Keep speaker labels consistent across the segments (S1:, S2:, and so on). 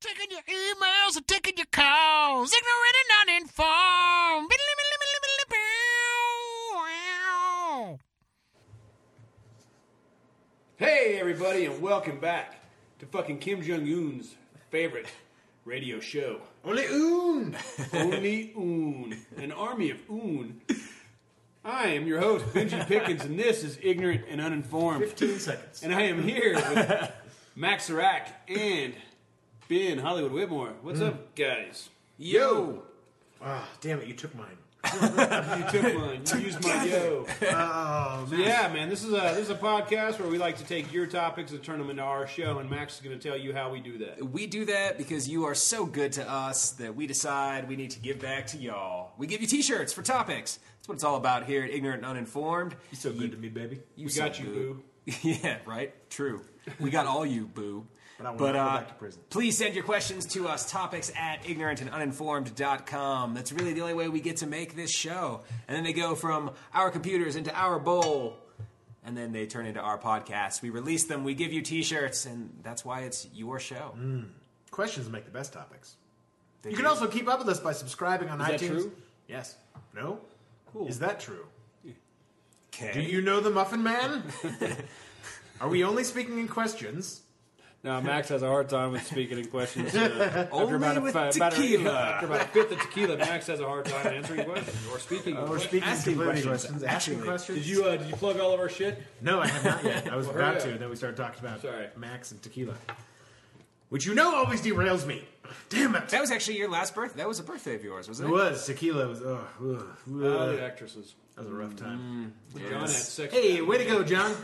S1: Taking your emails and taking your calls. Ignorant and uninformed.
S2: Hey, everybody, and welcome back to fucking Kim Jong Un's favorite radio show. Only Un! Only Un. An army of Un. I am your host, Benji Pickens, and this is Ignorant and Uninformed.
S3: 15 seconds.
S2: And I am here with Max Serac and Ben Hollywood Whitmore. What's up, guys? Yo!
S3: Ah, damn it, you took mine.
S2: You took mine. You used my yo. So yeah, man, this is a this is a podcast where we like to take your topics and turn them into our show, and Max is going to tell you how we do that.
S4: We do that because you are so good to us that we decide we need to give back to y'all. We give you T-shirts for topics. That's what it's all about here at Ignorant and Uninformed.
S3: You're so good to me, baby.
S2: We got you, boo.
S4: yeah, right. True. We got all you, boo. uh,
S3: But I will not go back to prison.
S4: Please send your questions to us, topics at ignorantanduninformed.com. That's really the only way we get to make this show. And then they go from our computers into our bowl, and then they turn into our podcast. We release them, we give you t shirts, and that's why it's your show.
S3: Questions make the best topics.
S4: They
S3: You can
S4: do.
S3: also keep up with us by subscribing on
S2: Is that
S3: iTunes.
S2: true?
S3: Yes. No? Cool. Is that true?
S4: Okay.
S3: Do you know the Muffin Man? Are we only speaking in questions?
S2: Now Max has a hard time with speaking in questions. uh,
S4: Only with tequila.
S2: after about a fifth of tequila, Max has a hard time answering questions or speaking. in
S3: We're
S2: questions.
S3: speaking
S4: Asking
S3: completely
S4: questions,
S3: Asking
S4: actually.
S3: questions?
S2: Did you uh, did you plug all of our shit?
S3: No, I have not yet. I was
S2: hurry
S3: about
S2: up.
S3: to, and then we started talking about
S2: Sorry.
S3: Max and tequila. Which you know always derails me. Damn it.
S4: That was actually your last birthday. That was a birthday of yours, wasn't
S3: It
S4: it?
S3: was. Tequila was. Oh, ugh, ugh.
S2: Uh, the actresses.
S3: that was a rough time.
S2: John had sex.
S3: Hey, way to go, John.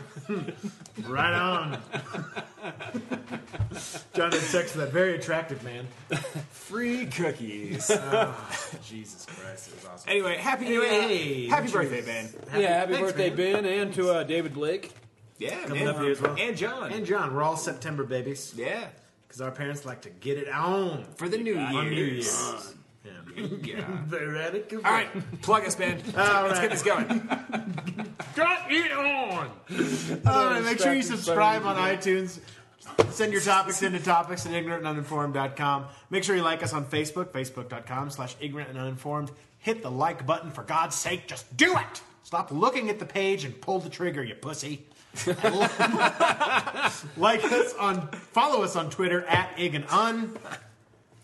S3: right on. John had sex with that very attractive man.
S4: Free cookies.
S3: Jesus Christ, it was awesome.
S4: anyway, happy
S3: Anyway,
S4: uh,
S3: hey,
S4: happy
S3: cheers.
S4: birthday, Ben.
S2: yeah, happy
S3: Thanks,
S2: birthday,
S3: man.
S2: Ben, and to uh, David Blake.
S4: Yeah,
S3: Coming
S4: man.
S3: up here as well.
S4: And John.
S3: And John, we're all September babies
S4: yeah,
S3: because our parents like to get it on
S4: for the New
S3: on New
S4: Year's.
S3: Year's. Yeah.
S4: Yeah.
S3: They're at it.
S4: All right, plug us, Ben.
S3: All
S4: Let's
S3: right.
S4: get this going.
S3: Got it on. All right, make sure you subscribe on iTunes. Send your topics into topics at ignorantanduninformed.com. Make sure you like us on Facebook, facebook.com slash ignorant and uninformed. Hit the like button for God's sake. Just do it. Stop looking at the page and pull the trigger, you pussy. like us on, follow us on Twitter at ig and un.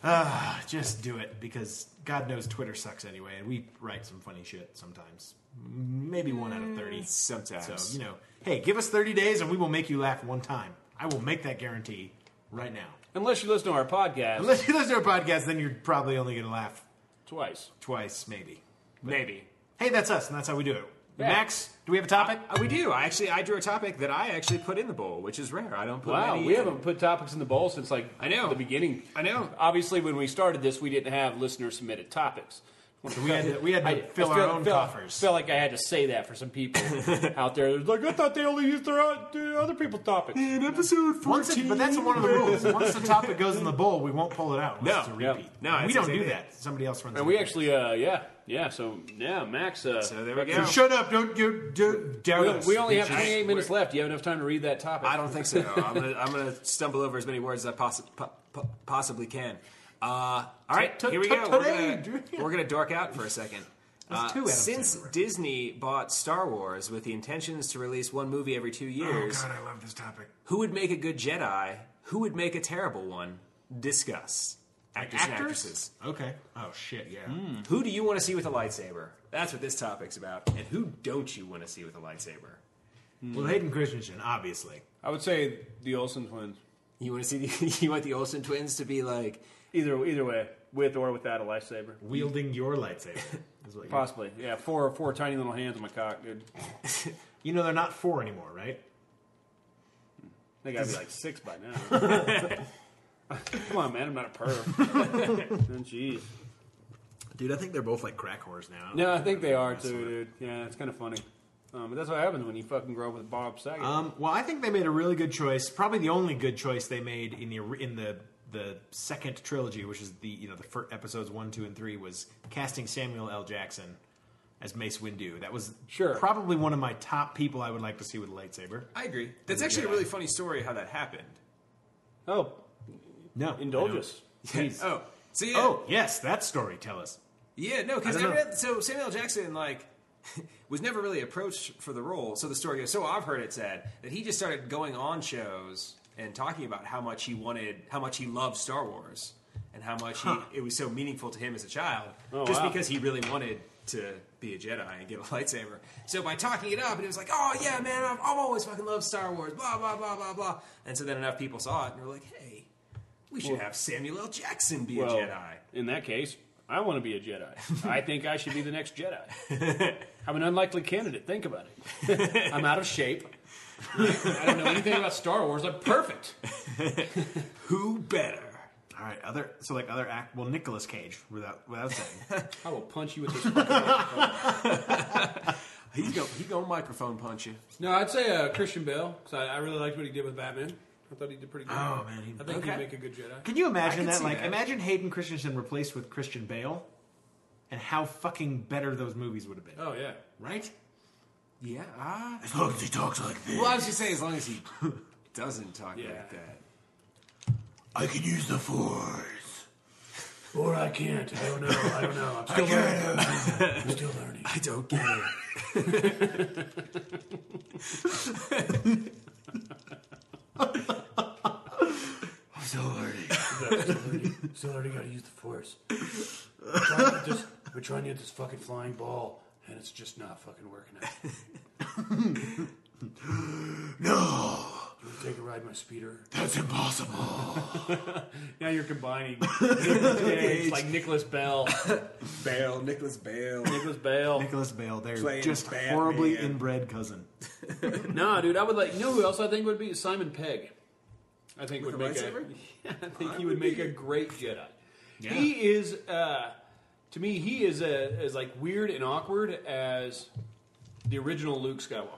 S3: Uh, just do it because God knows Twitter sucks anyway, and we write some funny shit sometimes. Maybe one out of thirty.
S4: Sometimes.
S3: So, you know, hey, give us 30 days and we will make you laugh one time. I will make that guarantee right now.
S2: Unless you listen to our podcast
S3: Unless you listen to our podcast, then you're probably only going to laugh
S2: twice.
S3: twice, maybe.
S4: Maybe.
S3: Hey, that's us, and that's how we do it.
S2: Yeah.
S3: Max, do we have a topic?
S4: Uh, we do. I actually I drew a topic that I actually put in the bowl, which is rare. I don't put
S2: Wow,
S4: many
S2: we
S4: in.
S2: haven't put topics in the bowl since like
S4: I know.
S2: the beginning.
S4: I know.
S2: Obviously, when we started this, we didn't have listener submitted topics.
S3: we had to- we had to fill our own coffers.
S2: Felt like I had to say that for some people out there. It's like I thought they only used their own- the other people's topics.
S4: In episode
S3: Once it- but that's one of the rules. Once the topic goes in the bowl, we won't pull it out. unless
S4: No,
S3: it's a
S2: yeah.
S3: repeat.
S4: No,
S3: we
S4: it's
S3: don't do
S4: exactly-
S3: that. Somebody else runs.
S2: And
S3: the
S2: we
S3: repeat.
S2: actually, uh, yeah, yeah. So yeah, Max. Uh,
S4: So there we go.
S3: So shut up! Don't you do doubt
S2: We,
S3: us.
S2: we only have
S3: bitches.
S2: 28 minutes left. Do you have enough time to read that topic?
S4: I don't think so. I'm gonna, I'm gonna stumble over as many words as I possi- po- po- possibly can. Uh, all right,
S3: T- t-
S4: here we go.
S3: t-
S4: We're
S3: today,
S4: gonna,
S3: dude.
S4: we're gonna dork out for a second. Uh,
S3: two Adam
S4: since
S3: Sandler.
S4: Disney bought Star Wars with the intentions to release one movie every two
S3: Oh
S4: years,
S3: God, I love this topic.
S4: who would make a good Jedi? Who would make a terrible one? Discuss. Actors and
S3: Actors?
S4: actresses.
S3: Okay. Oh shit! Yeah.
S2: Hmm.
S4: Who do you want to see with a lightsaber? That's what this topic's about. And who don't you want to see with a lightsaber?
S3: Well, Hayden Christensen, obviously.
S2: I would say the Olsen twins.
S4: You want to see the, you want the Olsen twins to be like
S2: Either either way, with or without a lightsaber.
S3: wielding your lightsaber. Is what you,
S2: Possibly, yeah. Four four tiny little hands on my cock, dude.
S3: you know they're not four anymore, right?
S2: They gotta be like six by now. Come on, man. I'm not a perv. Oh, Jeez.
S3: Dude, I think they're both like crack whores now.
S2: No, I think they are too, dude. Yeah, it's kind of funny. Um, but that's what happens when you fucking grow up with Bob Saget.
S4: Uh,
S3: Um, well, I think they made a really good choice. Probably the only good choice they made in the in the the second trilogy, which is the you know the first episodes one, two, and three, was casting Samuel L. Jackson as Mace Windu. That was
S2: Sure.
S3: probably one of my top people I would like to see with a lightsaber.
S4: I agree. That's actually a really funny story how that happened.
S2: oh,
S3: No,
S2: Indulge
S3: I don't.
S2: us. Please.
S4: Oh, so yeah,
S3: Oh yes, that story. Tell us.
S4: yeah, no, because
S3: I don't know.
S4: so Samuel L. Jackson like was never really approached for the role. So the story goes. So I've heard it said that he just started going on shows and talking about how much he wanted, how much he loved Star Wars, and how much he, it was so meaningful to him as a child,
S2: Oh,
S4: just
S2: wow.
S4: because he really wanted. To be a Jedi and get a lightsaber. So by talking it up, and it was like, oh yeah, man, I've, I've always fucking loved Star Wars, blah, blah, blah, blah, blah. And so then enough people saw it and were like, hey, we should have Samuel L. Jackson be
S2: well,
S4: a Jedi.
S2: in that case, I want to be a Jedi. I think I should be the next Jedi. I'm an unlikely candidate. Think about it. I'm out of shape. I don't know anything about Star Wars. I'm perfect.
S4: Who better?
S3: All right, other so like other act. Well, Nicolas Cage, without without saying.
S2: I will punch you with this. fucking-
S4: He's going he gonna microphone punch you.
S5: No, I'd say uh, Christian Bale because I, I really liked what he did with Batman. I thought he did pretty good.
S3: Oh, man, he-
S5: I think
S4: okay.
S5: he'd make a good Jedi.
S3: Can you
S4: I
S3: imagine
S4: can
S3: that?
S4: see
S3: Like,
S4: that.
S3: imagine Hayden Christensen replaced with Christian Bale, and how fucking better those movies would have been.
S5: Oh yeah,
S3: Right?
S4: Yeah. ah.
S3: As long as he talks like this,
S4: Well, I was just saying, as long as he doesn't talk
S5: Yeah.
S4: like that.
S3: I can use the Force.
S5: or I can't. I don't know. I don't know. I'm still learning. I'm still learning.
S4: I don't get it.
S3: I'm so learning.
S5: Still learning. Still learning how to use the force. We're trying, to get this, we're trying to get this fucking flying ball, and it's just not fucking working out. You
S3: No,
S5: wanna take a ride in my speeder?
S3: that's impossible.
S2: now you're combining Nicolas Cage, like Nicholas Bell,
S4: Bale, Nicholas Bale.
S2: Nicholas Bale.
S3: Nicholas Bale, they're
S4: Playing
S3: just
S4: Batman.
S3: horribly inbred cousin.
S2: No, dude, I would like. You know who else I think would be Simon Pegg? I think
S4: With
S2: would
S4: a
S2: make a.
S4: lightsaber?
S2: Yeah, I think he would make a great Jedi.
S3: Yeah.
S2: He is, uh, to me, he is a, as like weird and awkward as the original Luke Skywalker.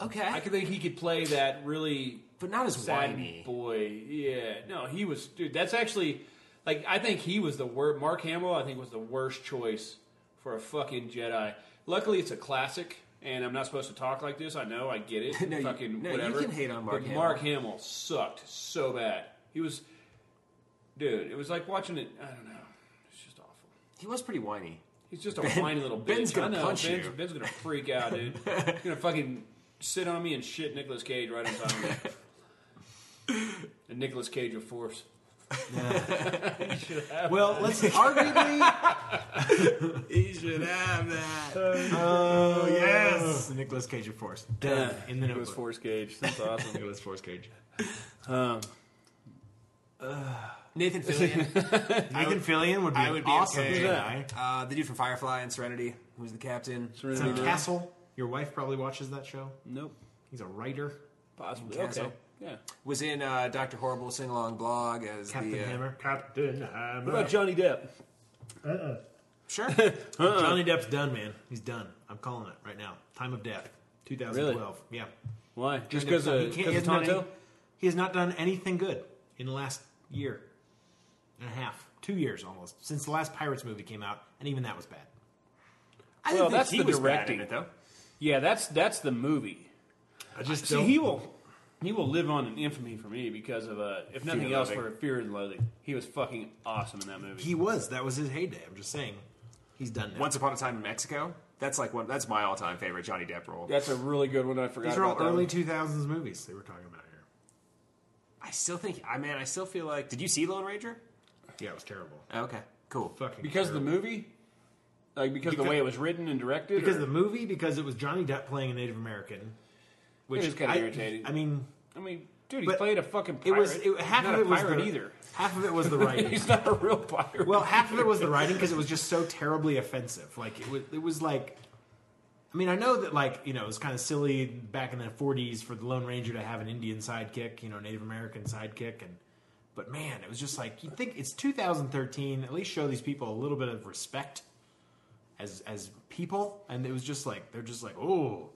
S4: Okay.
S2: I could think he could play that really
S4: but not as
S2: sad
S4: whiny.
S2: boy. Yeah, no, he was, dude. That's actually like I think he was the worst. Mark Hamill, I think, was the worst choice for a fucking Jedi. Luckily, it's a classic, and I'm not supposed to talk like this. I know, I get it.
S4: No, you-
S2: fucking
S4: no, you
S2: whatever.
S4: can hate on Mark
S2: But
S4: Hamill.
S2: Mark Hamill sucked so bad. He was, dude. It was like watching it. I don't know. It's just awful.
S4: He was pretty whiny.
S2: He's just a whiny little bitch.
S4: Ben's gonna
S2: I know,
S4: punch
S2: Ben's,
S4: you.
S2: Ben's gonna freak out, dude. He's gonna fucking sit on me and shit Nicolas Cage right on top of me. and Nicolas Cage of force.
S3: Well, let's arguably.
S4: He should have that.
S3: Oh yes, Nicholas Cage of Force. Done in the notebook.
S2: Cage. That's awesome.
S3: Nicholas Force Cage.
S4: Nathan Fillion,
S3: Nathan Fillion would be,
S6: I would
S3: an
S6: be
S3: awesome
S6: okay.
S3: Jedi.
S4: uh, the dude from Firefly and Serenity, who's the captain.
S3: It's a castle. Your wife probably watches that show.
S2: Nope.
S3: He's a writer.
S2: Possibly.
S4: Castle.
S2: Okay. Yeah.
S4: Was in uh, Doctor Horrible sing along blog as
S3: Captain
S4: the. Uh,
S3: Hammer. Captain Hammer.
S2: What about Johnny Depp?
S4: Sure.
S3: Johnny Depp's done, man. He's done. I'm calling it right now. Time of death. 2012. Yeah.
S2: Why? Just
S3: Johnny Depp's
S2: because
S3: done.
S2: uh, of,
S3: he, can't- he
S2: because of
S3: has not
S2: Tonto?
S3: done- he has not done anything good in the last year and a half, two years almost since the last Pirates movie came out, and even that was bad.
S4: I
S2: Well, that's the
S4: was bad
S2: directing.
S4: in it, though.
S2: Yeah, that's that's the movie.
S3: I just
S2: See, he will he will live on in infamy for me because of uh, if nothing
S4: and
S2: else
S4: Loathing.
S2: for Fear and Loathing. He was fucking awesome in that movie.
S3: He was. That was his heyday. I'm just saying. He's done now.
S4: Once Upon a Time in Mexico. That's like one. That's my all-time favorite Johnny Depp role.
S2: that's a really good one. I forgot.
S3: These are all
S2: about that
S3: early
S2: one.
S3: 2000s movies they were talking about here.
S4: I still think. I man, I still feel like. Did you see Lone Ranger? Oh,
S3: Yeah, it was terrible.
S4: Okay, cool.
S3: Fucking
S2: because of the
S3: terrible.
S2: movie, like because, of the way it was written and directed.
S3: because
S2: or-
S3: of the movie because it was Johnny Depp playing a Native American, which
S2: It was kinda
S3: I-
S2: irritating.
S3: I mean,
S2: I mean, dude, he
S3: But
S2: played a fucking
S3: it
S2: pirate.
S3: was it, half
S2: He's not
S3: of
S2: a
S3: it was
S2: pirate
S3: the,
S2: either.
S3: Half of it was the writing.
S2: He's not a real pirate.
S3: well, half of it was the writing because it was just so terribly offensive. Like it was, it was like. I mean, I know that, like, you know, it was kind of silly back in the 40s for the Lone Ranger to have an Indian sidekick, you know, Native American sidekick. and But man, it was just like, you'd think it's 2013, at least show these people a little bit of respect as as people. And it was just like, they're just like, oh,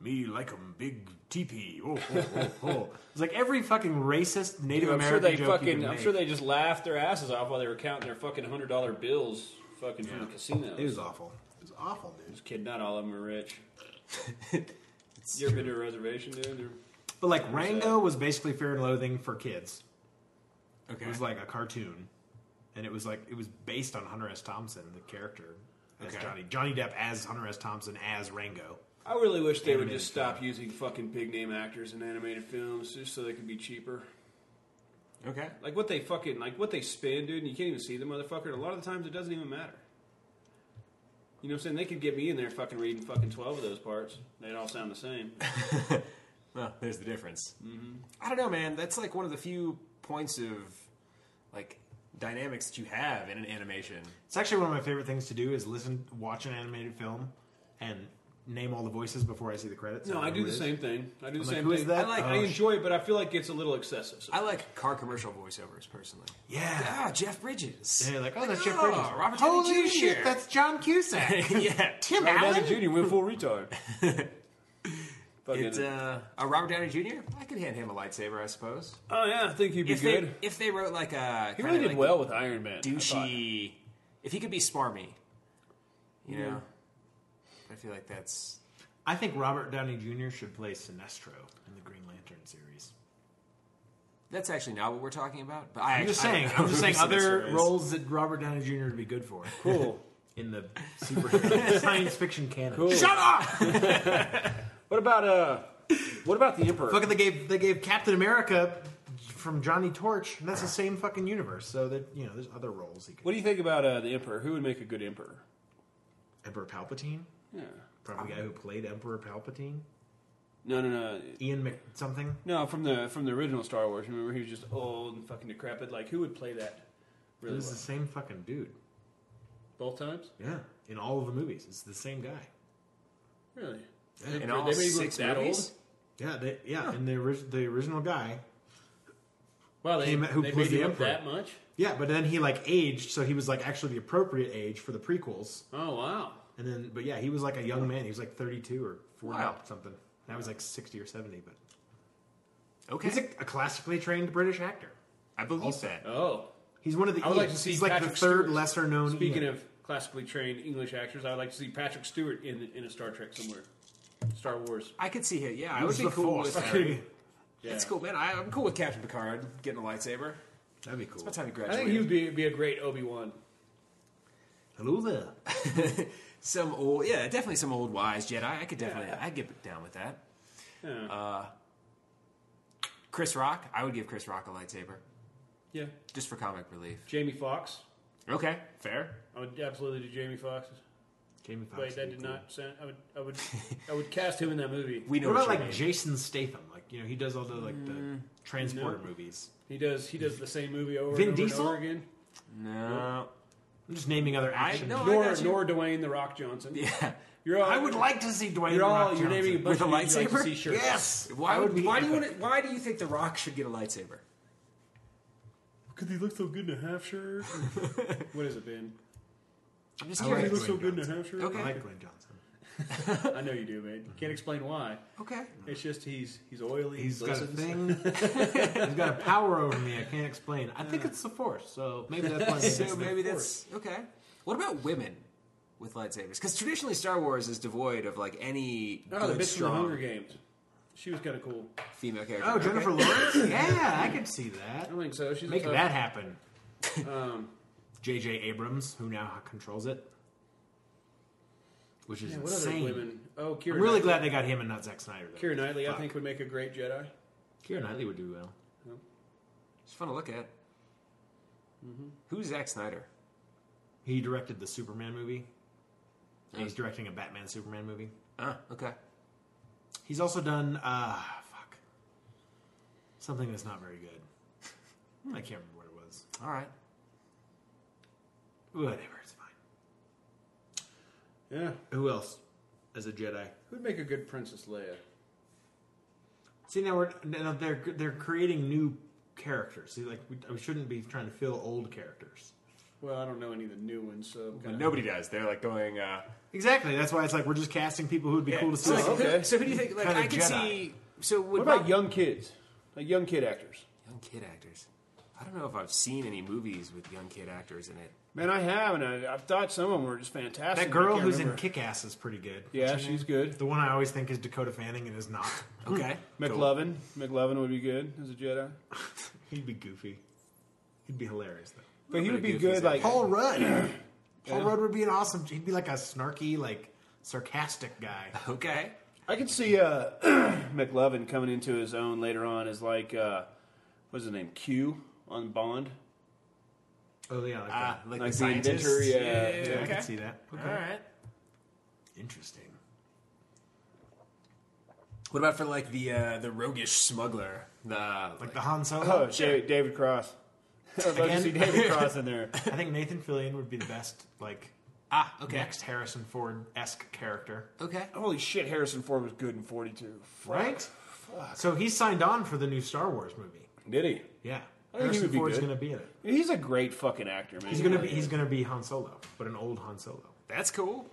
S3: me like 'em big teepee. Oh, oh, oh, oh. It's like every fucking racist Native
S2: I'm sure
S3: American
S2: they
S3: joke you
S2: fucking.
S3: can
S2: I'm
S3: make.
S2: sure they just laughed their asses off while they were counting their fucking hundred dollar bills, fucking from the casino.
S3: It was awful. It was awful, dude.
S2: Kid, not all of them are rich. you ever been to a reservation, dude? They're-
S3: But like Rango was basically Fear and Loathing for kids,
S4: Okay.
S3: It was like a cartoon, and it was like it was based on Hunter S. Thompson, the character as
S4: Okay.
S3: Johnny Johnny Depp as Hunter S. Thompson as Rango.
S2: I really wish they would
S3: Animated
S2: just stop using fucking big name actors in animated films just so they could be cheaper.
S4: Okay.
S2: Like what they fucking like what they spin, dude, and you can't even see the motherfucker. And a lot of the times it doesn't even matter. You know what I'm saying? They could get me in there fucking reading fucking twelve of those parts. They'd all sound the same.
S4: Well, there's the difference. I don't know, man. That's like one of the few points of like dynamics that you have in an animation.
S3: It's actually one of my favorite things to do is listen, watch an animated film, and name all the voices before I see the credits.
S2: No, I
S3: don't
S2: do
S3: know
S2: the
S3: who it is.
S2: same thing. I do the
S3: like,
S2: same
S3: who
S2: thing.
S3: is that?
S2: I like. I
S3: Oh, sh-
S2: enjoy it, but I feel like it's a little excessive.
S4: I like car commercial voiceovers personally.
S3: Yeah.
S4: Ah, Jeff Bridges.
S3: Yeah, like, oh, that's
S4: Like,
S3: Jeff
S4: oh,
S3: Bridges.
S4: Robert Downey
S3: Holy
S4: Jr..
S3: shit, that's John Cusack.
S4: yeah.
S3: Tim Allen?
S2: Junior went full retard. fucking,
S4: It, uh, uh, Robert Downey Jr. I could hand him a lightsaber, I suppose.
S2: oh yeah, I think he'd be
S4: if
S2: good.
S4: they if they wrote like a
S2: he really did
S4: like
S2: well with Iron Man. I thought.
S4: douchey, if he could be smarmy, you know, I feel like that's
S3: I think Robert Downey Jr. should play Sinestro in the Green Lantern series.
S4: that's actually not what we're talking about. But I
S3: I'm just
S4: I don't
S3: saying.
S4: know
S3: I'm just
S4: who
S3: saying
S4: Sinestro
S3: other
S4: is.
S3: roles that Robert Downey Jr. would be good for.
S2: Cool.
S3: In the superhero science fiction canon.
S2: Shut
S3: up!
S2: What about uh? What about the Emperor?
S3: Fucking they gave they gave Captain America from Johnny Torch, and that's the same fucking universe. So that you know, there's other roles he could.
S2: What do you think about uh, the Emperor? Who would make a good Emperor?
S3: Emperor Palpatine,
S2: Yeah.
S3: probably the guy who played Emperor Palpatine,
S2: No, no, no,
S3: Ian Mc something.
S2: no. From the from the original Star Wars, remember he was just old and fucking decrepit. Like who would play that?
S3: It
S2: Really
S3: was
S2: well?
S3: the same fucking dude.
S2: Both times,
S3: Yeah, in all of the movies, it's the same guy.
S2: really.
S4: in
S2: They
S4: all
S2: made him look
S4: six
S2: that
S4: movies.
S3: Yeah, they, yeah, and the orig- the original guy.
S2: Wow, they,
S3: He ma- who
S2: they
S3: plays
S2: made
S3: the
S2: him up
S3: Emperor?
S2: that much?
S3: Yeah, but then he like aged, so he was like actually the appropriate age for the prequels.
S2: Oh wow.
S3: And then, but yeah, he was like a young man. He was like 32 or 40
S4: Wow.
S3: something. And I was like 60 or 70, but
S4: Okay,
S3: he's a, a classically trained British actor.
S4: I believe
S3: also-
S4: that.
S2: Oh.
S3: He's one of the.
S2: I would like
S3: Ians.
S2: to see
S3: He's like
S2: Patrick
S3: the third
S2: Stewart.
S3: lesser known.
S2: Speaking
S3: Ian.
S2: of classically trained English actors, I would like to see Patrick Stewart in in a Star Trek somewhere, Star Wars.
S4: I could see him. Yeah, I
S3: It
S4: would
S3: was
S4: be
S3: the
S4: cool
S3: Force.
S4: with.
S3: Fucking-
S2: Yeah.
S4: That's cool, man. I, I'm cool with Captain Picard getting a lightsaber.
S3: That'd be
S4: By
S3: cool.
S4: the time he
S2: I
S4: graduated,
S2: think he would be, be a great Obi Wan.
S3: Hello there.
S4: some old, yeah, definitely some old wise Jedi. I could definitely, I'd get down with that.
S2: Yeah.
S3: Uh,
S4: Chris Rock, I would give Chris Rock a lightsaber
S2: yeah.
S4: just for comic relief.
S2: Jamie Fox.
S4: Okay, fair.
S2: I would absolutely do Jamie Fox.
S3: Jamie Foxx.
S2: Wait, that
S3: would be
S2: did
S3: cool.
S2: not sound. I would, I would, I would cast him in that movie.
S4: We know
S3: What about
S4: what you
S3: like
S4: mean.
S3: Jason Statham? Like you know, he does all the like the transporter
S2: no.
S3: movies.
S2: He does. He does the same movie over
S3: Vin
S2: and over, and
S3: Diesel?
S2: over again.
S4: No.
S3: I'm just naming other
S4: I-
S3: action.
S4: no, I
S2: Nor,
S4: got you.
S2: nor Dwayne the Rock Johnson.
S4: Yeah.
S2: You're all,
S3: I would like to see Dwayne.
S2: You're
S3: The
S2: all.
S3: Rock
S2: You're naming a
S3: Johnson.
S2: bunch of dudes
S4: With a
S2: you like to
S4: lightsaber?
S2: see shirts.
S3: Yes.
S4: Why
S3: That
S4: would,
S3: be
S4: why do you
S3: epic.
S4: want to, why do you think The Rock should get a lightsaber?
S2: Because he looks so good in a half shirt. what is it, Ben?
S4: I'm just
S3: I
S2: He
S4: curious.
S3: like-
S2: looks so good in a half shirt.
S4: Okay.
S3: I like Dwayne Johnson.
S2: I know you do, man. You can't explain why.
S4: Okay.
S2: It's just he's he's oily.
S3: He's
S2: he
S3: got a
S2: glistens.
S3: thing. He's got a power over me. I can't explain. I think it's the force. So maybe that's why.
S4: So maybe that's okay. What about women with lightsabers? Because traditionally, Star Wars is devoid of like any
S2: Oh, the
S4: good,
S2: bitch from the Hunger
S4: strong
S2: Games. She was kind of cool.
S4: female character.
S3: Oh,
S4: Okay.
S3: Jennifer Lawrence. Yeah, I could see that.
S2: I don't think so. She's
S3: Make
S2: a tough,
S3: that happen.
S2: Um,
S3: J.J. Abrams, who now controls it, which is
S2: yeah, what other
S3: insane.
S2: women? Oh, Kira.
S3: I'm really
S2: Knightley.
S3: glad they got him and not Zack Snyder. Though.
S2: Kira Knightley, I
S3: Fuck.
S2: think, would make a great Jedi.
S3: Keira Knightley would do well.
S4: It's fun to look at.
S2: Mm-hmm.
S4: Who's Zack Snyder?
S3: He directed the Superman movie. And he's directing a Batman Superman movie.
S4: Ah, okay.
S3: He's also done uh fuck something that's not very good. I can't remember what it was.
S4: All right.
S3: Whatever, it's fine.
S2: Yeah,
S3: Who else as a Jedi?
S2: who'd make a good Princess Leia?
S3: See now we're now they're they're creating new characters. See, like we, we shouldn't be trying to fill old characters.
S2: Well, I don't know any of the new ones, so I'm
S4: But
S2: kind
S4: nobody does. They're like going. Uh,
S3: Exactly. That's why it's like we're just casting people who would be cool to see.
S4: So, like,
S2: okay.
S4: who, so who do you think? Like,
S3: Kinda
S4: I can
S3: Jedi.
S4: see. So would
S2: What about
S4: Bob-
S2: young kids? Like young kid actors?
S4: young kid actors? I don't know if I've seen any movies with young kid actors in it.
S2: Man, I have, and I, I've thought some of them were just fantastic.
S3: that
S2: but I
S3: girl
S2: can't
S3: who's in
S2: remember.
S3: Kick Ass is pretty good.
S2: Yeah, she's good.
S3: The one I always think is Dakota Fanning and is not.
S2: Hmm.
S4: Okay.
S2: McLovin. McLovin would be good as a Jedi.
S3: He'd be goofy. He'd be hilarious though.
S2: But he would be
S4: good
S2: good, like
S3: Paul Rudd. Paul Rudd would be an awesome. He'd be like a snarky, like sarcastic guy.
S4: Okay.
S2: I could see uh, McLovin coming into his own later on as like uh, what's his name Q on Bond,
S3: Oh yeah, like
S4: Ah, like,
S2: like the,
S4: the scientist.
S2: inventor. Yeah, yeah.
S3: that. I
S4: okay.
S3: can see that.
S4: All right.
S3: Interesting.
S4: What about for like the uh, the roguish smuggler? The
S3: Like the Han Solo.
S2: Oh, David, David Cross. I'd love to
S3: Again?
S2: see David Cross in there.
S3: I think Nathan Fillion would be the best, like
S4: ah okay
S3: next Harrison Ford esque character,
S4: okay
S2: Holy shit, Harrison Ford was good in 42.
S3: right? So he signed on for the new Star Wars movie.
S2: Did he?
S3: Yeah,
S2: think he
S3: Harrison
S2: would be
S3: Ford's
S2: good.
S3: going to be in it.
S2: He's a great fucking actor, man.
S3: He's going to be he's going to be Han Solo, but an old Han Solo.
S4: that's cool.
S2: That-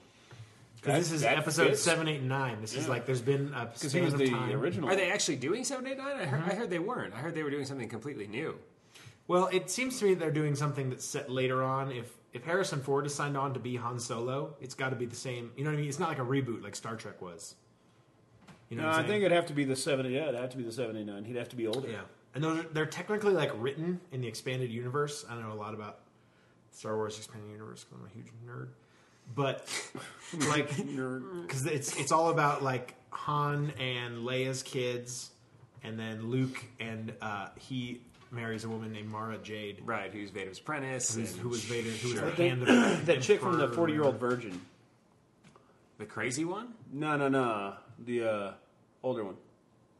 S3: Because this is
S2: that
S3: episode
S2: fits.
S3: seven, eight, and nine. This is
S2: Yeah.
S3: like there's been a
S2: Because he
S3: span
S2: was
S3: of
S2: the
S3: time.
S2: original.
S4: Are they actually doing seven eight nine? I heard, I heard they weren't. I heard they were doing something completely new.
S3: Well, it seems to me they're doing something that's set later on. If if Harrison Ford is signed on to be Han Solo, it's got to be the same. You know what I mean? It's not like a reboot like Star Trek was. You know,
S2: no,
S3: what I'm
S2: I think
S3: saying?
S2: it'd have to be the 70. Yeah, it'd have to be the 79. He'd have to be older.
S3: yeah. And those are, they're technically like written in the expanded universe. I don't know a lot about Star Wars expanded universe because I'm a huge nerd, but like
S2: Nerd.
S3: because it's it's all about like Han and Leia's kids, and then Luke and uh, he marries a woman named Mara Jade,
S4: Right? Who's Vader's apprentice?
S3: who's,
S4: and
S3: who was Vader, who was
S4: Sure.
S3: the hand of
S2: That chick from the
S3: Emperor.
S2: 40 year old virgin.
S4: the crazy one?
S2: No, no, no. The uh, older one.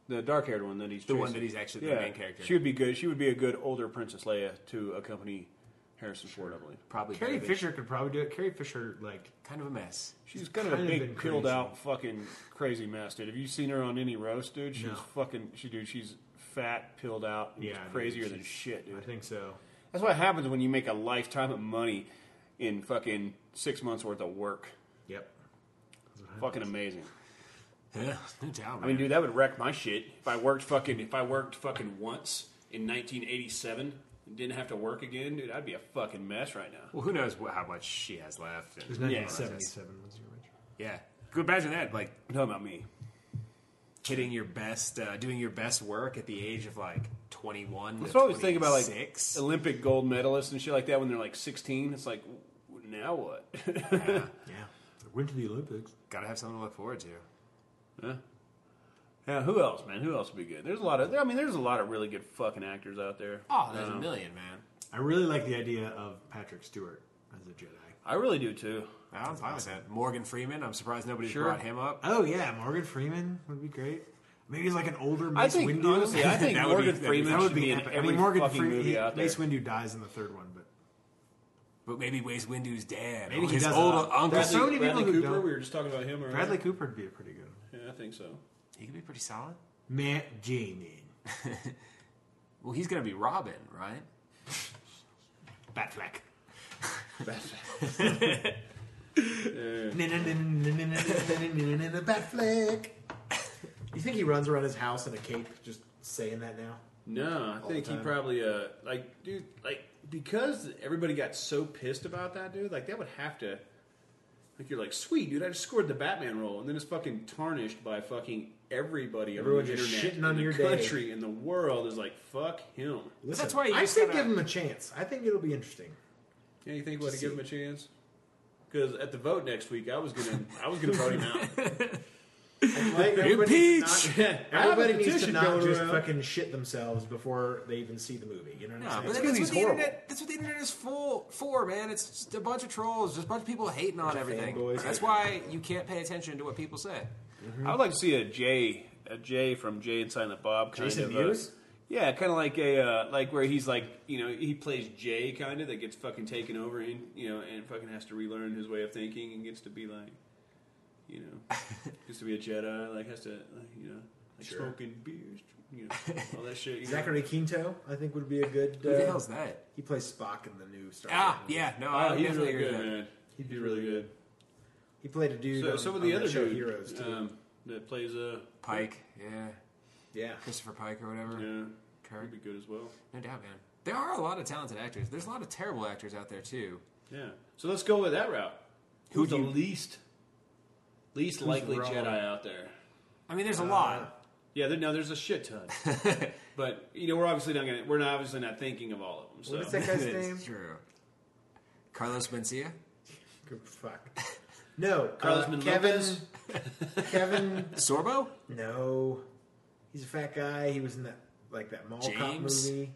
S2: The dark haired one that he's
S4: The one
S2: chasing.
S4: that he's actually the main character.
S2: She would be good. She would be a good older Princess Leia to accompany Harrison Ford, I believe.
S4: Probably
S3: Carrie
S4: better, but
S3: Fisher could probably do it. Carrie Fisher, like,
S4: Kind of a mess.
S2: She's kind of
S3: Kind
S2: a
S3: of
S2: big,
S3: been
S2: peeled
S3: crazy.
S2: out, fucking crazy mess, dude. Have you seen her on any roast, dude? She's
S3: No.
S2: fucking, she, dude, she's fat, peeled out,
S3: Yeah,
S2: yeah,
S3: dude,
S2: crazier than
S3: she's-
S2: shit,
S3: I
S2: dude.
S3: think so.
S2: That's what happens when you make a lifetime of money in fucking six months worth of work.
S3: Yep.
S2: Fucking amazing.
S4: Yeah, no doubt.
S2: I mean, dude, that would wreck my shit if I worked fucking if I worked fucking once in 1987 and didn't have to work again, dude. I'd be a fucking mess right now.
S4: well, who knows wh- how much she has left? and-
S3: It was
S2: Yeah.
S3: 1977 was your original.
S4: yeah, Could imagine that. Like
S2: No, about me.
S4: hitting your best, uh, doing your best work at the age of like twenty one.
S2: That's what I always think about, like
S4: six.
S2: Olympic gold medalists and shit like that when they're like 16. It's like, w- now what?
S3: Yeah. I went to the Olympics.
S4: Gotta have something to look forward to.
S2: yeah, who else, man? Who else would be good? There's a lot of. I mean, there's a lot of really good fucking actors out there.
S4: Oh, there's a million, man.
S3: I really like the idea of Patrick Stewart as a Jedi.
S2: I really do too.
S4: I'm fine with that. Morgan Freeman. I'm surprised nobody's
S2: Sure.
S4: brought him up.
S3: Oh, yeah. Morgan Freeman would be great. Maybe he's like an older Mace
S2: I think
S3: Windu.
S2: honestly, I think
S4: That would be-
S2: Morgan
S4: that would
S2: Freeman
S3: that would
S2: should be
S3: be
S2: in
S3: epic. I
S2: every
S3: mean, Morgan
S2: fucking
S3: Freeman.
S2: movie out there.
S3: Mace Windu dies in the third one, but
S4: But maybe Waze Windu's dad.
S3: Maybe
S4: or
S3: he
S4: his
S3: doesn't.
S4: old
S2: uh,
S4: uncle.
S3: There's so many people
S2: Bradley
S3: who
S2: Cooper.
S3: don't.
S2: We were just talking about him. Earlier.
S3: Bradley Cooper would be a pretty good one.
S2: Yeah, I think so.
S4: He could be pretty solid.
S3: Matt Jamin.
S4: Well, he's gonna be Robin, right?
S3: Batfleck.
S2: Yeah.
S3: Batfleck. You think he runs around his house in a cape, just saying that now?
S2: No, I
S3: the
S2: think he
S3: time.
S2: probably uh like dude like because everybody got so pissed about that dude like that would have to like you're like sweet dude I just scored the Batman role and then it's fucking tarnished by fucking everybody
S3: Everyone
S2: on the
S3: just
S2: internet
S3: shitting on
S2: in
S3: your
S2: the
S3: day.
S2: country in the world is like fuck him.
S3: Listen,
S4: That's why you
S3: I
S4: just
S3: say
S4: gotta-
S3: give him a chance. I think it'll be interesting.
S2: Yeah, you think we ought to give him a chance? Because at the vote next week I was gonna I was gonna vote him out.
S3: Everybody needs to
S2: Impeach!
S3: not-
S2: I have a
S3: Everybody needs to
S2: petition
S3: not
S2: going
S3: just
S2: around.
S3: fucking shit themselves before they even see the movie. You know what
S4: No,
S3: I'm
S4: but
S3: saying?
S4: that's,
S2: he's
S4: what the
S2: horrible.
S4: internet, that's what the internet is full for, man. It's just a bunch of trolls, just a bunch of people hating on everything.
S3: fanboys.
S4: That's why you can't pay attention to what people say.
S2: I would like to see a Jay, a Jay from Jay and Silent Bob. Kind
S3: Jason
S2: of a-
S3: Mewes?
S2: yeah, kind of like a uh, like where he's like you know he plays Jay kind of that gets fucking taken over and you know and fucking has to relearn his way of thinking and gets to be like you know gets to be a Jedi like has to like, you know like
S3: Sure.
S2: smoking beers you know all that shit. You know?
S3: Zachary Quinto, I think, would be a good. Uh,
S4: Who the hell's that?
S3: He plays Spock in the new Star Trek
S4: Ah,
S3: movie.
S4: yeah, no, I
S2: Oh,
S4: would
S2: he's
S4: definitely
S2: really good,
S4: agree with that.
S2: man. He's really good.
S3: He played a dude.
S2: So
S3: on,
S2: some of
S3: on
S2: the
S3: that
S2: other
S3: show
S2: dude,
S3: heroes too.
S2: um, that plays uh,
S4: Pike, yeah,
S3: yeah,
S4: Christopher Pike or whatever.
S2: yeah,
S4: Kirk.
S2: he'd be good as well.
S4: No doubt, man. There are a lot of talented actors. There's a lot of terrible actors out there too.
S2: Yeah. So let's go with that route. Who's the least least likely
S3: wrong?
S2: Jedi out there?
S4: I mean, there's a lot.
S2: Yeah, there, no, there's a shit ton. But you know, we're obviously not gonna. We're not obviously not thinking of all of them.
S3: What's
S2: So
S3: that guy's name?
S4: It's true. Carlos Mencia?
S3: Good Fuck. No,
S2: Carlos
S3: uh,
S2: Menendez?
S3: Kevin. Kevin.
S4: Sorbo?
S3: No, he's a fat guy. He was in that like that mall cop
S4: James?
S3: movie.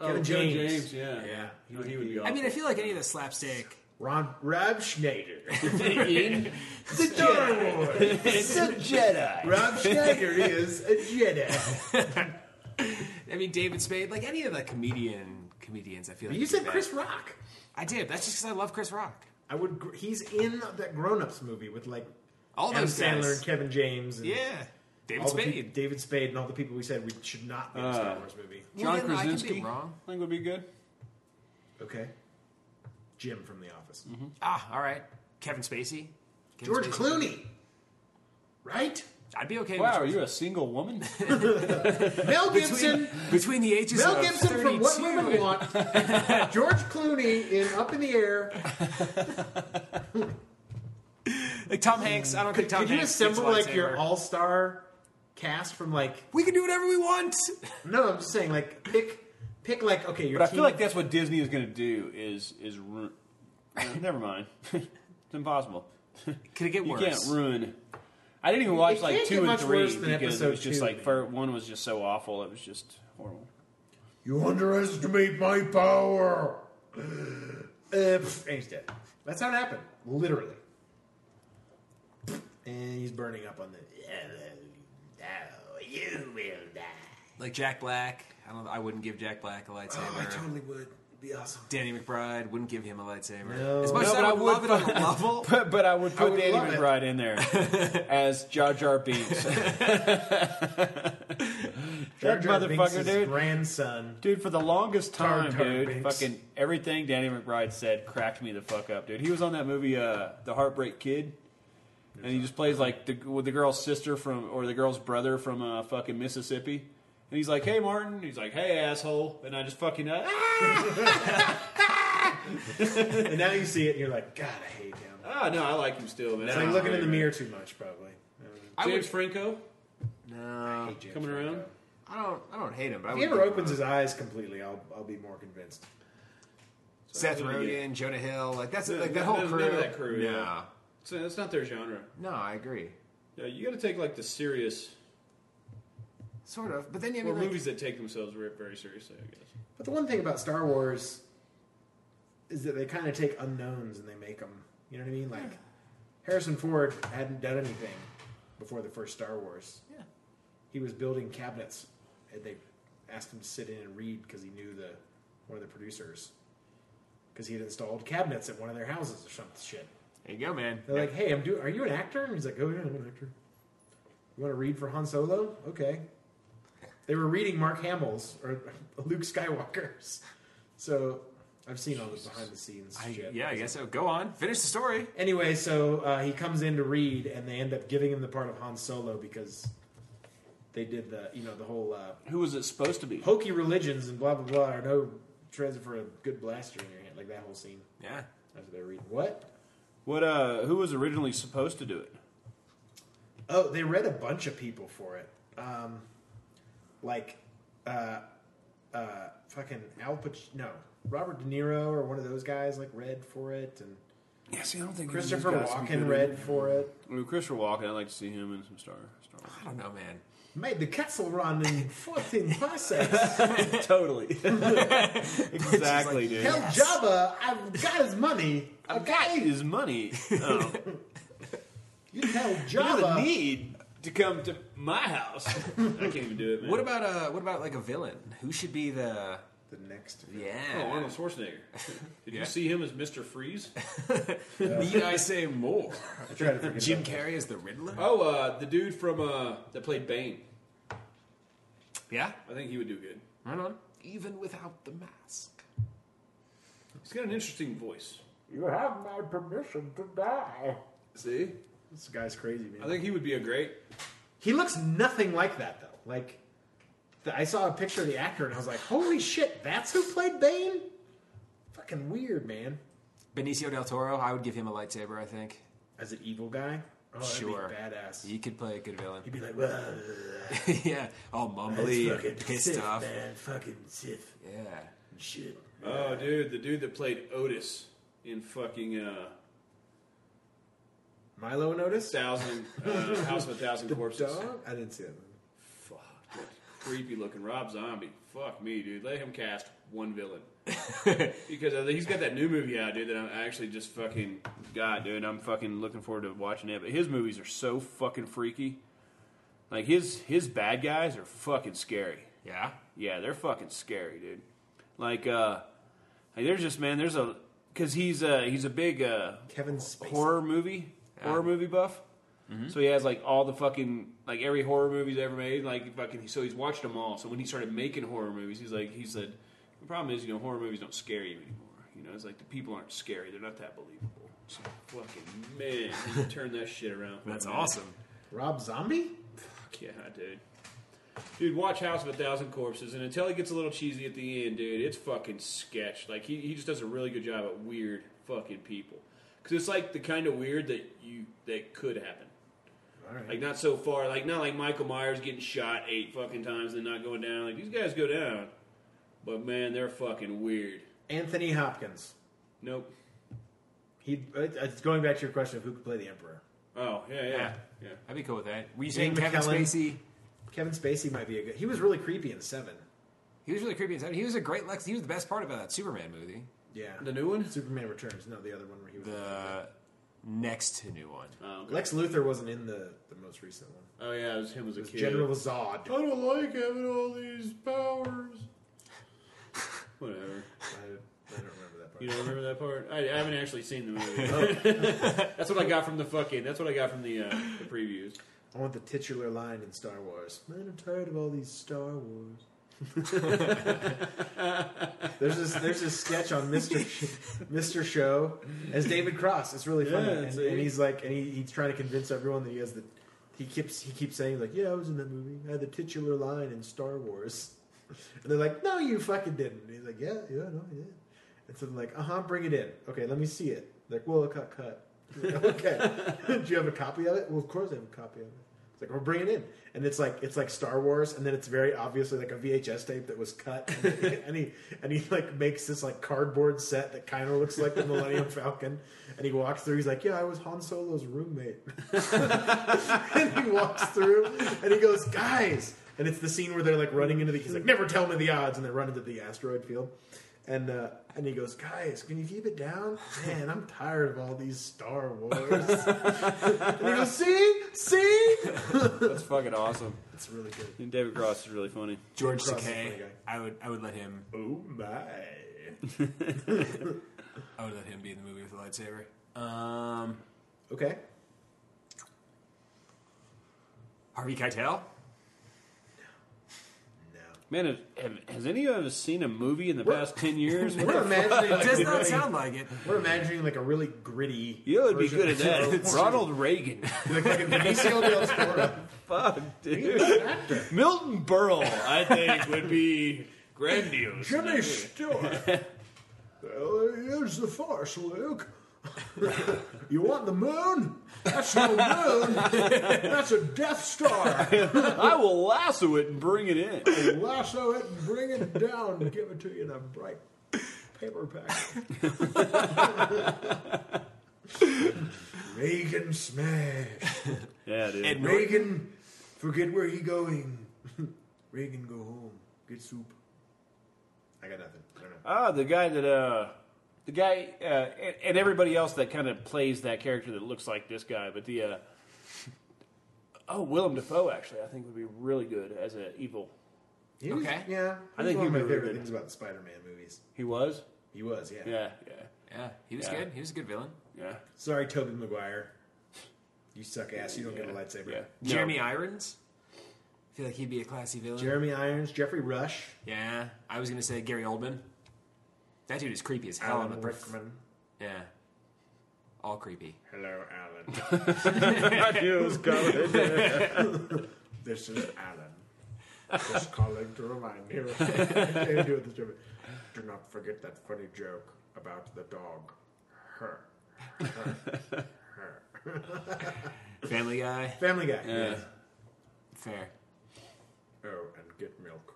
S2: Oh,
S3: Kevin
S2: Kevin
S3: James.
S2: James, yeah,
S3: Yeah.
S2: No, he would be.
S4: I mean, I feel like any of the slapstick.
S3: Ron Rob Schneider.
S2: mean,
S3: The Star Wars. It's a Jedi. Rob Schneider is a Jedi.
S4: I mean, David Spade, like any of the comedian comedians, I feel like.
S3: You
S4: could do
S3: said
S4: that.
S3: Chris Rock.
S4: I did. That's just because I love Chris Rock.
S3: I would. gr- He's in that Grown Ups movie with like
S4: All
S3: Adam
S4: those
S3: Sandler
S4: guys.
S3: and Kevin James. And
S4: Yeah. David
S3: all the peop-
S4: Spade.
S3: David Spade and all the people we said we should not be in a Star Wars movie.
S4: Well,
S2: John
S4: then I can be
S2: Krasinski.
S4: wrong.
S2: I think would be good.
S3: Okay. Jim from The Office.
S2: Mm-hmm.
S4: Ah, all right. Kevin Spacey. Kevin
S3: George
S4: Spacey.
S3: Clooney. Right?
S4: I'd be okay
S2: Wow, are
S4: with
S2: you a single woman?
S3: Mel Gibson.
S4: between the ages
S3: Mel
S4: of
S3: Gibson
S4: 32
S3: from What Women
S4: and-
S3: Want. George Clooney in Up in the Air.
S4: Like Tom Hanks. I don't think Tom
S3: Could you
S4: Hanks
S3: assemble
S4: gets a
S3: like your
S4: lightsaber.
S3: all star cast from like?
S4: We can do whatever we want.
S3: No, I'm just saying like pick pick like okay. Your
S2: But I
S3: team,
S2: feel like that's what Disney is going to do. Is is ru- Uh, never mind. it's impossible.
S4: Could it get
S2: You
S4: worse?
S2: can't ruin. I didn't even watch
S3: It
S2: like
S3: can't
S2: two
S3: get
S2: and
S3: much
S2: three
S3: worse than
S2: because it
S3: episode
S2: was just
S3: two,
S2: like
S3: man.
S2: fir- one was just so awful. It was just horrible.
S3: you underestimate my power. uh, pff, and he's dead. That's how it happened, literally. And he's burning up on the. Oh, you will die.
S4: Like Jack Black. I don't. I wouldn't give Jack Black a lightsaber.
S3: Oh, I totally would. It'd be awesome.
S4: Danny McBride wouldn't give him a lightsaber.
S3: No.
S4: As much
S3: No,
S4: as
S2: but
S4: I
S2: I
S4: would,
S2: would
S4: love it on the level,
S2: But, but I would put
S3: would
S2: Danny
S3: love it.
S2: McBride in there as Jar Jar Binks.
S3: Jar
S2: that
S3: Jar Binks'
S2: motherfucker, dude.
S3: grandson.
S2: Dude, for the longest
S3: Tar-
S2: time,
S3: Tar
S2: dude,
S3: Binks.
S2: fucking everything Danny McBride said cracked me the fuck up, dude. He was on that movie, uh, The Heartbreak Kid, and he just plays like the, with the girl's sister from or the girl's brother from uh, fucking Mississippi, and he's like, "Hey, Martin," he's like, "Hey, asshole," and I just fucking uh,
S3: And now you see it, and you're like, God, I hate him.
S2: ah, no, I like him still, man.
S3: It's like looking in the mirror too much, probably.
S4: I
S2: James
S4: would.
S2: Franco
S4: No,
S3: Hate James
S2: coming
S3: Franco.
S2: around.
S4: I don't. I don't hate him. But I
S3: If he
S4: would
S3: ever opens his eyes completely, I'll, I'll be more convinced.
S4: Seth
S2: Yeah.
S4: Rogen, Jonah Hill, like that's
S2: No,
S4: like that
S2: no,
S4: whole
S2: no,
S4: crew.
S2: none of that crew,
S4: No,
S2: yeah. So that's not their genre.
S4: no, I agree.
S2: Yeah, you got to take like the serious
S4: Sort of, but then you
S2: or
S4: mean, like,
S2: movies that take themselves very, very seriously, I guess.
S3: But the one thing about Star Wars is that they kind of take unknowns and they make them. You know what I mean? Like Harrison Ford hadn't done anything before the first Star Wars.
S4: Yeah.
S3: He was building cabinets, and they asked him to sit in and read because he knew the one of the producers because he had installed cabinets at one of their houses or some shit.
S4: there you go, man.
S3: They're like, "Hey, I'm doing. Are you an actor?" And he's like, "Oh yeah, I'm an actor. You want to read for Han Solo? Okay." They were reading Mark Hamill's or Luke Skywalker's, so I've seen all this behind the scenes.
S4: I,
S3: shit.
S4: yeah, I guess so. Go on, finish the story.
S3: Anyway, so uh, he comes in to read, and they end up giving him the part of Han Solo because they did the you know the whole uh,
S2: Who was it supposed to be?
S3: hokey religions and blah blah blah. Or no transit for a good blaster in your hand, like that whole scene
S4: Yeah,
S3: after they're reading. What?
S2: What uh who was originally supposed to do it?
S3: Oh, they read a bunch of people for it. Um, like, uh, uh, fucking Al Pacino, no, Robert De Niro or one of those guys like read for it, and
S2: Yeah, see, I don't think
S3: Christopher Walken read for it.
S2: I mean, Christopher Walken, I'd like to see him in some Star Star
S4: I don't know, man.
S3: Made the castle run in fourteen passes.
S2: Wars. totally. exactly, dude.
S3: Tell Jabba I've got his money.
S2: I've got
S3: Okay,
S2: his money. Oh,
S3: you tell
S2: you have a
S3: Jabba.
S2: need to come to my house. I can't even do it, man.
S4: What about uh, what about like a villain? Who should be the
S3: The next,
S2: Oh,
S4: yeah?
S2: Arnold Schwarzenegger. Did
S4: Yeah.
S2: you see him as Mr. Freeze?
S4: Need I say more?
S3: I try to forget
S4: Jim
S3: about that.
S4: Carrey as the Riddler.
S2: Oh, uh, the dude from uh, that played Bane.
S4: Yeah,
S2: I think he would do good.
S4: right on. Even without the mask.
S2: He's got an interesting voice.
S3: You have my permission to die.
S2: See,
S3: This guy's crazy, man.
S2: I think he would be a great.
S3: He looks nothing like that though. Like th- I saw a picture of the actor and I was like, "Holy shit, that's who played Bane?" Fucking weird, man.
S4: Benicio del Toro. I would give him a lightsaber. I think.
S3: As an evil guy,
S7: Oh, that'd
S4: sure.
S7: Be badass.
S4: You could play a good villain.
S7: He'd be like, "Whoa,
S4: yeah, all mumbly, and
S7: fucking
S4: pissed
S7: Sith,
S4: off.
S7: man, fucking Sith,
S4: Yeah.
S7: shit."
S2: Oh, dude, the dude that played Otis in fucking uh,
S5: Milo and Otis?
S2: Thousand uh, House of a Thousand Corpses.
S5: Dog? I didn't see that movie.
S2: Fuck, that creepy looking Rob Zombie. Fuck me, dude. Let him cast one villain because I think he's got that new movie out, dude. That I'm actually just fucking God, dude. I'm fucking looking forward to watching it. But his movies are so fucking freaky. Like his his bad guys are fucking scary.
S4: Yeah?
S2: Yeah, they're fucking scary, dude. Like, uh, like there's just man, there's a because he's uh he's a big uh
S5: Kevin Spacey.
S2: horror movie horror movie buff. So he has like all the fucking like every horror movie he's ever made. Like fucking, so he's watched them all. So when he started making horror movies, he's like he said, the problem is you know horror movies don't scare you anymore. You know, it's like the people aren't scary; they're not that believable. So fucking man, he turned that shit around.
S4: That's
S2: Man.
S4: awesome.
S5: Rob Zombie?
S2: Yeah, dude. Dude, watch House of a Thousand Corpses, and until it gets a little cheesy at the end, dude, it's fucking sketch. Like he, he just does a really good job at weird fucking people, because it's like the kind of weird that you that could happen. Like not so far, like not like Michael Myers getting shot eight fucking times and not going down. Like these guys go down, but man, they're fucking weird.
S5: Anthony Hopkins.
S2: Nope.
S5: He. uh, It's going back to your question of who could play the Emperor.
S2: Oh yeah, yeah,
S5: Ah.
S2: yeah.
S4: I'd be cool with that. Were you saying
S5: Ian
S4: Kevin
S5: McKellen.
S4: Spacey?
S5: Kevin Spacey might be a good. He was really creepy in Seven.
S4: He was really creepy inside. He was a great Lex. He was the best part about that Superman movie.
S5: Yeah.
S2: The new one?
S5: Superman Returns. No, the other one where he was.
S4: The next to new one.
S2: Oh, okay.
S5: Lex Luthor wasn't in the, the most recent one.
S2: Oh, yeah, it was him as a
S5: It was
S2: kid.
S5: General Zod.
S2: I don't like having all these powers. Whatever.
S5: I, I don't remember that part.
S2: You don't remember that part? I, I haven't actually seen the movie. that's what I got from the fucking. That's what I got from the, uh, the previews.
S5: I want the titular line in Star Wars. Man, I'm tired of all these Star Wars. there's this there's this sketch on Mr. Sh- Mr. Show as David Cross. It's really funny,
S2: Yeah,
S5: and,
S2: see?
S5: and he's like, and he, he's trying to convince everyone that he has the. He keeps he keeps saying like, yeah, I was in that movie. I had the titular line in Star Wars, and they're like, no, you fucking didn't. And he's like, yeah, yeah, no, I did. And so they're like, uh huh, bring it in. Okay, let me see it. Like, well, it got cut. Like, okay, do you have a copy of it? Well, of course I have a copy of it. It's like, well, bring it in. And it's like it's like Star Wars, and then it's very obviously like a VHS tape that was cut. and he and he like makes this like cardboard set that kind of looks like the Millennium Falcon. And he walks through. He's like, yeah, I was Han Solo's roommate. and he walks through, and he goes, guys. And it's the scene where they're like running into the. He's like, never tell me the odds, and they run into the asteroid field. And uh, and he goes, guys, can you keep it down? Man, I'm tired of all these Star Wars. and he goes, see, see.
S2: That's fucking awesome.
S5: It's really good.
S2: And David Cross is really funny.
S4: George
S5: Cross is a funny
S4: Takei.
S5: guy.
S4: I would. I would let him.
S5: Oh my!
S4: I would let him be in the movie with the lightsaber. Um,
S5: Okay,
S4: Harvey Keitel.
S5: no,
S2: Man, have, have- has any of us seen a movie in the
S5: What?
S2: past ten years?
S5: we're imagining like,
S4: Does
S5: a
S4: not
S5: really,
S4: sound like it.
S5: we're imagining like a really gritty.
S2: You would be
S5: version
S2: good at
S5: of
S2: that.
S5: Zorro.
S2: Ronald Reagan.
S5: like, like a Benicio del Toro.
S2: Fuck, dude. Milton Berle, I think, would be grandiose.
S5: Jimmy Stewart. well, here's the farce, Luke. you want the moon? That's no moon. That's a Death Star.
S2: I will lasso it and bring it in.
S5: lasso it and bring it down and give it to you in a bright paper pack. Reagan smash.
S2: Yeah, dude.
S4: Ed Norton.
S5: Reagan, forget where he going. Reagan, go home. Get soup. I got nothing. I don't know.
S2: Ah, the guy that uh, the guy uh, and, and everybody else that kind of plays that character that looks like this guy, but the uh, oh Willem Dafoe actually I think would be really good as an evil.
S5: He was-
S4: Okay.
S5: Yeah.
S2: I
S5: I
S2: think he'd
S5: think one of
S2: be
S5: my
S2: really
S5: favorite
S2: good.
S5: things about the Spider-Man movies.
S2: He was.
S5: He was, yeah.
S2: Yeah, yeah,
S4: Yeah, he was
S2: Yeah.
S4: good. He was a good villain.
S2: yeah.
S5: Sorry, Toby Maguire. You suck ass. You don't get a lightsaber.
S2: Yeah. No.
S4: Jeremy Irons. I feel like he'd be a classy villain.
S5: Jeremy Irons, Jeffrey Rush,
S4: yeah, I was gonna say Gary Oldman. That dude is creepy as hell. on the
S5: Alan
S4: per-
S5: Rickman.
S4: yeah, all creepy.
S5: Hello, Alan.
S2: He was covered.
S5: This is Alan. Just calling to remind you. Can't do this to me. Do not forget that funny joke about the dog. Her. Her. Her.
S4: Family Guy.
S5: Family Guy.
S2: Yeah.
S4: Fair.
S5: Oh, and get milk.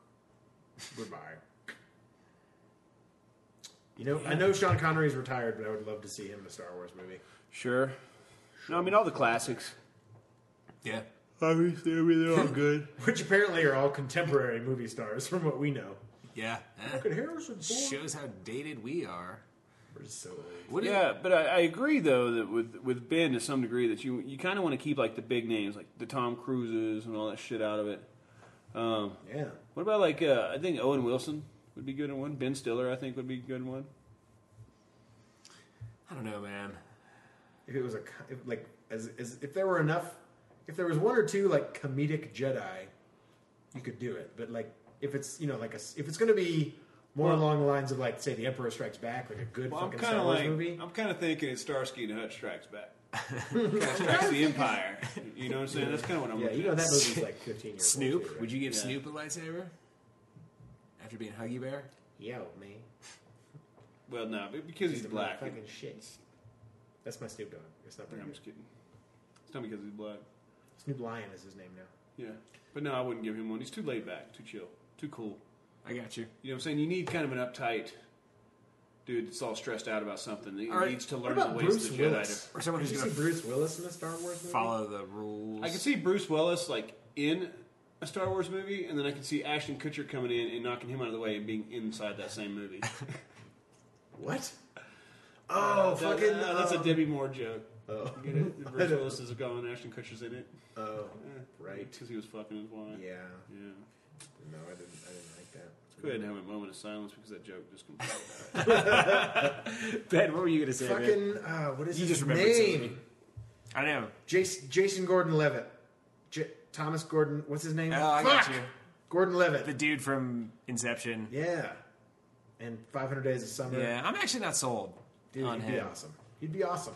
S5: Goodbye. You know, I know Sean Connery's retired, but I would love to see him in a Star Wars movie.
S2: Sure. No, I mean all the classics.
S4: Yeah.
S2: Obviously, I mean they're all good.
S5: Which apparently are all contemporary movie stars, from what we know.
S4: Yeah. Eh.
S5: Look at Harrison Ford.
S4: Shows how dated we are.
S5: We're so old.
S4: What is
S2: Yeah, but I, I agree though that with with Ben to some degree that you you kind of want to keep like the big names like the Tom Cruises and all that shit out of it. Um,
S5: Yeah.
S2: what about like uh, I think Owen Wilson would be good in one. Ben Stiller I think would be a good in one.
S4: I don't know, man.
S5: If it was a co- if, like as, as if there were enough, if there was one or two like comedic Jedi, you could do it. But like if it's you know like a s if it's going to be more along the lines of like say The Emperor Strikes Back, like a good fucking Star Wars movie.
S2: I'm kind of thinking it's Starsky and Hutch Strikes Back. strikes the Empire. You know what I'm saying? That's kind of what I'm.
S5: yeah, you know that movie's like 15 years old.
S4: Snoop.
S5: too, right?
S4: Would you give
S2: Yeah.
S4: Snoop a lightsaber? After being Huggy Bear?
S5: Yo, man.
S2: Well, no, but because he's
S5: He's
S2: black.
S5: Fucking shit. That's my Snoop Dogg. It's not
S2: I'm
S5: pretty good.
S2: just kidding. It's not because he's black.
S5: Snoop Lion is his name now.
S2: Yeah, but no, I wouldn't give him one. He's too laid back, too chill, too cool.
S4: I got you.
S2: You know what I'm saying? You need kind of an uptight dude that's all stressed out about something. That
S4: All right,
S2: needs to
S5: What
S2: learn the
S5: about
S2: ways
S5: Bruce
S2: of the Jedi.
S5: Willis?
S4: Or someone
S5: Did you
S4: who's
S5: see
S4: going to
S5: Bruce Willis in a Star Wars movie?
S4: follow the rules.
S2: To, I could see Bruce Willis like in a Star Wars movie, and then I could see Ashton Kutcher coming in and knocking him out of the way and being inside that same movie.
S5: What? Oh,
S2: That-
S5: fucking.
S2: uh, that's a Debbie Moore joke.
S5: Oh.
S2: You get it? Bruce Willis is gone, Ashton Kutcher's in it.
S5: Oh, right.
S2: Because he was fucking his wife.
S5: Yeah.
S2: Yeah.
S5: No, I didn't. I didn't like that.
S2: Go ahead and have a moment of silence because that joke just completely.
S4: Ben, what were you going to say? man?
S5: Fucking. Uh, what is
S4: You
S5: his
S4: just remembered
S5: name?
S4: I know.
S5: Jason, Jason Gordon-Levitt. J- Thomas Gordon. What's his name?
S4: Oh, I got you.
S5: Gordon-Levitt.
S4: The dude from Inception.
S5: yeah. And 500 Days of Summer.
S4: Yeah, I'm actually not sold
S5: Dude,
S4: on
S5: he'd be
S4: him.
S5: awesome. He'd be awesome.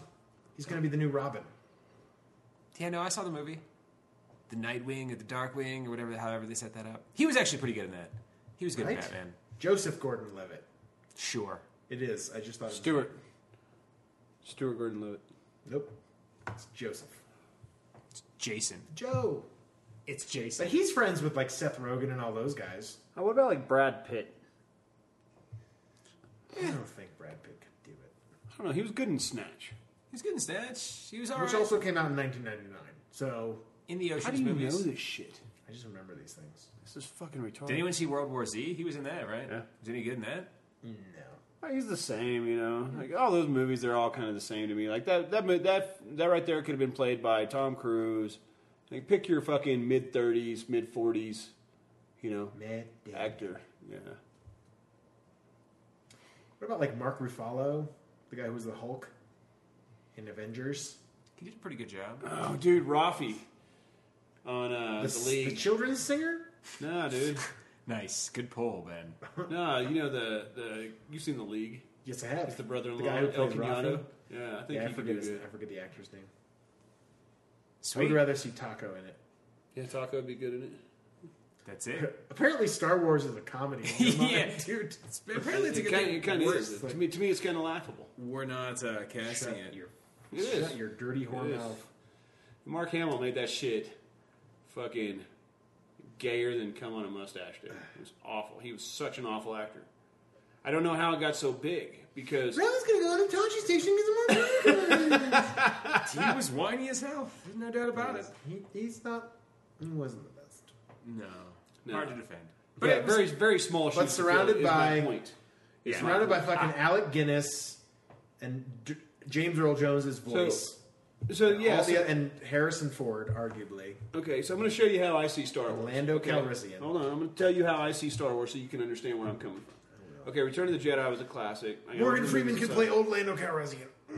S5: He's gonna be the new Robin.
S4: Yeah, no, I saw the movie, the Nightwing or the Darkwing or whatever, however they set that up. He was actually pretty good in that. He was good
S5: Right?
S4: in Batman.
S5: Joseph Gordon-Levitt.
S4: Sure.
S5: It is. I just thought. it was-
S2: Stuart. Stuart Gordon Levitt.
S5: Nope. It's Joseph.
S4: Jason.
S5: Joe.
S4: It's
S5: But
S4: Jason.
S5: he's friends with like Seth Rogen and all those guys.
S2: Oh, what about like Brad Pitt?
S5: I don't think Brad Pitt could do it.
S2: I don't know. He was good in Snatch.
S4: He's good in Snatch. He was alright
S5: Which also came out in 1999. So
S4: in the
S2: How
S4: Ocean's
S2: do you
S4: movies.
S2: know this shit?
S5: I just remember these things.
S2: This is fucking retarded.
S4: Did anyone see World War Z? He was in that, right?
S2: Yeah.
S4: Was any good in that?
S5: No.
S2: Oh, He's the same, you know. Like all those movies, they're all kind of the same to me. Like that, that, mo- that, that right there could have been played by Tom Cruise. Like pick your fucking mid thirties, mid forties, you know,
S5: Mad Dad.
S2: actor. Yeah,
S5: What about like Mark Ruffalo, the guy who was the Hulk in Avengers?
S4: He did a pretty good job.
S2: Oh, dude, Rafi on uh, the,
S5: s-
S2: league.
S5: the children's singer?
S2: nah, dude.
S4: Nice. Good pull, Ben.
S2: nah, you know the the you've seen the league.
S5: Yes, I have.
S2: It's the brother-in-law,
S5: The guy who
S2: El
S5: plays
S2: Cunado.
S5: Rafi.
S2: Yeah, I think
S5: Yeah, I
S2: he could do
S5: forget, his,
S2: good.
S5: I forget the actor's name. I
S4: Sweet.
S5: would rather see Taco in it.
S2: Yeah, Taco would be good in it.
S4: That's it.
S5: Apparently, Star Wars is a comedy. Never mind,
S4: Yeah.
S5: dude.
S4: It's- apparently, it's a
S2: It
S4: good
S2: kind,
S4: thing.
S2: it kind of
S5: works,
S2: is.
S5: like-
S2: to me, to me, it's kind of laughable.
S4: We're not uh, casting
S5: Shut
S4: it.
S5: your,
S2: It is.
S5: shut your dirty whore
S2: It is.
S5: mouth.
S2: Mark Hamill made that shit fucking gayer than come on a mustache, dude. It was awful. He was such an awful actor. I don't know how it got so big because
S5: Grandma's gonna go on a Tachi station and get some more popcorn.
S4: he was whiny as hell. There's no doubt about it.
S5: He, he's not. He wasn't the best.
S4: No.
S2: No.
S4: Hard to defend.
S2: but
S5: Yeah,
S2: it was, very very small.
S5: but
S2: shoes to
S5: surrounded
S2: fill is my
S5: by-
S2: point.
S4: Yeah.
S5: Surrounded by fucking Alec Guinness and D- James Earl Jones's voice.
S2: So
S5: All
S2: yeah,
S5: the-
S2: so-
S5: and Harrison Ford, arguably.
S2: okay. So I'm going to show you how I see Star Wars.
S5: Orlando
S2: okay?
S5: Calrissian.
S2: Hold on, I'm going to tell you how I see Star Wars so you can understand where I'm coming from. Okay, Return of the Jedi was a classic. I gotta
S5: Morgan
S2: remove
S5: Freeman
S2: this
S5: can
S2: up.
S5: play old Lando Calrissian.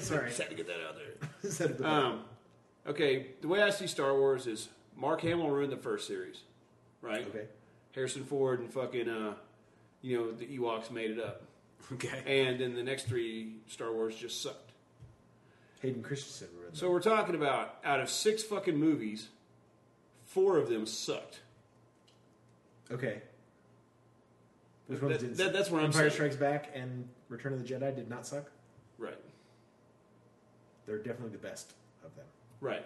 S5: Sorry.
S2: Just had to get that out there.
S5: Instead of the-
S2: Um, okay, the way I see Star Wars is Mark Hamill ruined the first series, right?
S5: okay.
S2: Harrison Ford and fucking, uh, you know, the Ewoks made it up.
S4: Okay.
S2: And then the next three Star Wars just sucked.
S5: Hayden Christensen ruined
S2: So we're talking about out of six fucking movies, four of them sucked.
S5: that. Okay. Which ones
S2: That-
S5: didn't
S2: that-
S5: suck?
S2: that's what I'm
S5: Empire
S2: saying.
S5: Strikes Back and Return of the Jedi did not suck.
S2: Right.
S5: They're definitely the best. of them.
S2: Right.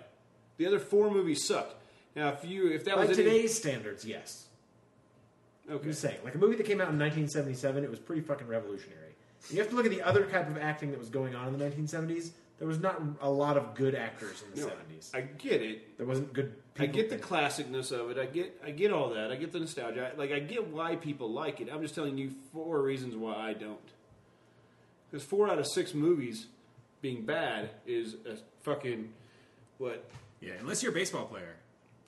S2: The other four movies sucked. Now, if you if that
S5: By
S2: was any-
S5: today's standards, yes. I'm
S2: okay,
S5: just saying, like a movie that came out in 1977, it was pretty fucking revolutionary. You have to look at the other type of acting that was going on in the 1970s. There was not a lot of good actors in the
S2: No,
S5: 70s.
S2: I get it.
S5: there wasn't good.
S2: I
S5: People
S2: get the
S5: in it.
S2: classicness of it. I get I get all that. I get the nostalgia. I, like I get why people like it. I'm just telling you four reasons why I don't. Because four out of six movies being bad is a fucking what?
S4: Yeah, unless you're a baseball player.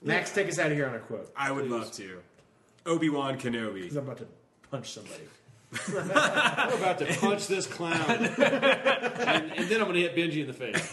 S5: Max, take us out of here on a quote.
S4: I would love to. Obi Wan
S5: 'Cause
S4: Kenobi.
S5: I'm about to punch somebody.
S2: I'm about to punch this clown, and, and then I'm gonna hit Benji in the face.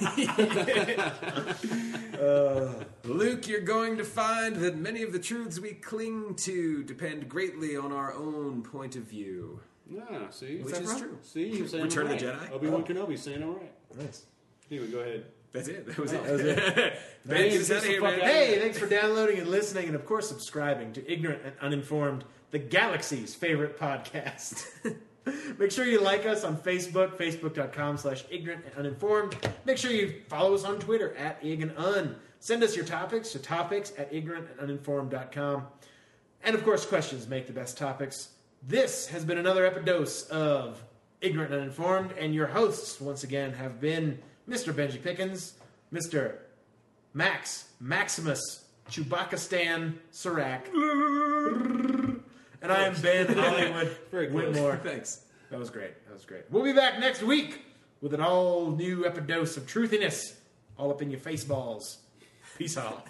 S4: Luke, you're going to find that many of the truths we cling to depend greatly on our own point of view.
S2: No, see,
S4: Which is true.
S2: See, you're saying
S4: Return
S2: I'm
S4: of the
S2: right.
S4: Jedi?
S2: Obi Wan Kenobi saying all right.
S5: Nice.
S2: Anyway, go ahead.
S4: That's it. Oh. That was it.
S5: that was it.
S4: Ben,
S2: Hey,
S4: get us
S2: get
S4: outta
S2: the
S4: here,
S2: fuck
S4: man.
S2: outta here.
S5: Hey, thanks for downloading and listening, and of course, subscribing to Ignorant and Uninformed, the galaxy's favorite podcast. Make sure you like us on Facebook, facebook.com slash ignorant and uninformed. Make sure you follow us on Twitter at ig and un. Send us your topics to topics at ignorant and uninformed.com. And of course, questions make the best topics. This has been another epidose of Ignorant and Uninformed, and your hosts once again have been Mr. Benji Pickens, Mr. Max, Maximus, Chewbaccastan, Serac. And I am Ben Hollywood
S2: Very close.
S5: Whitmore.
S4: Thanks.
S5: That was great. That was great. We'll be back next week with an all new epidose of truthiness all up in your face balls. Peace out.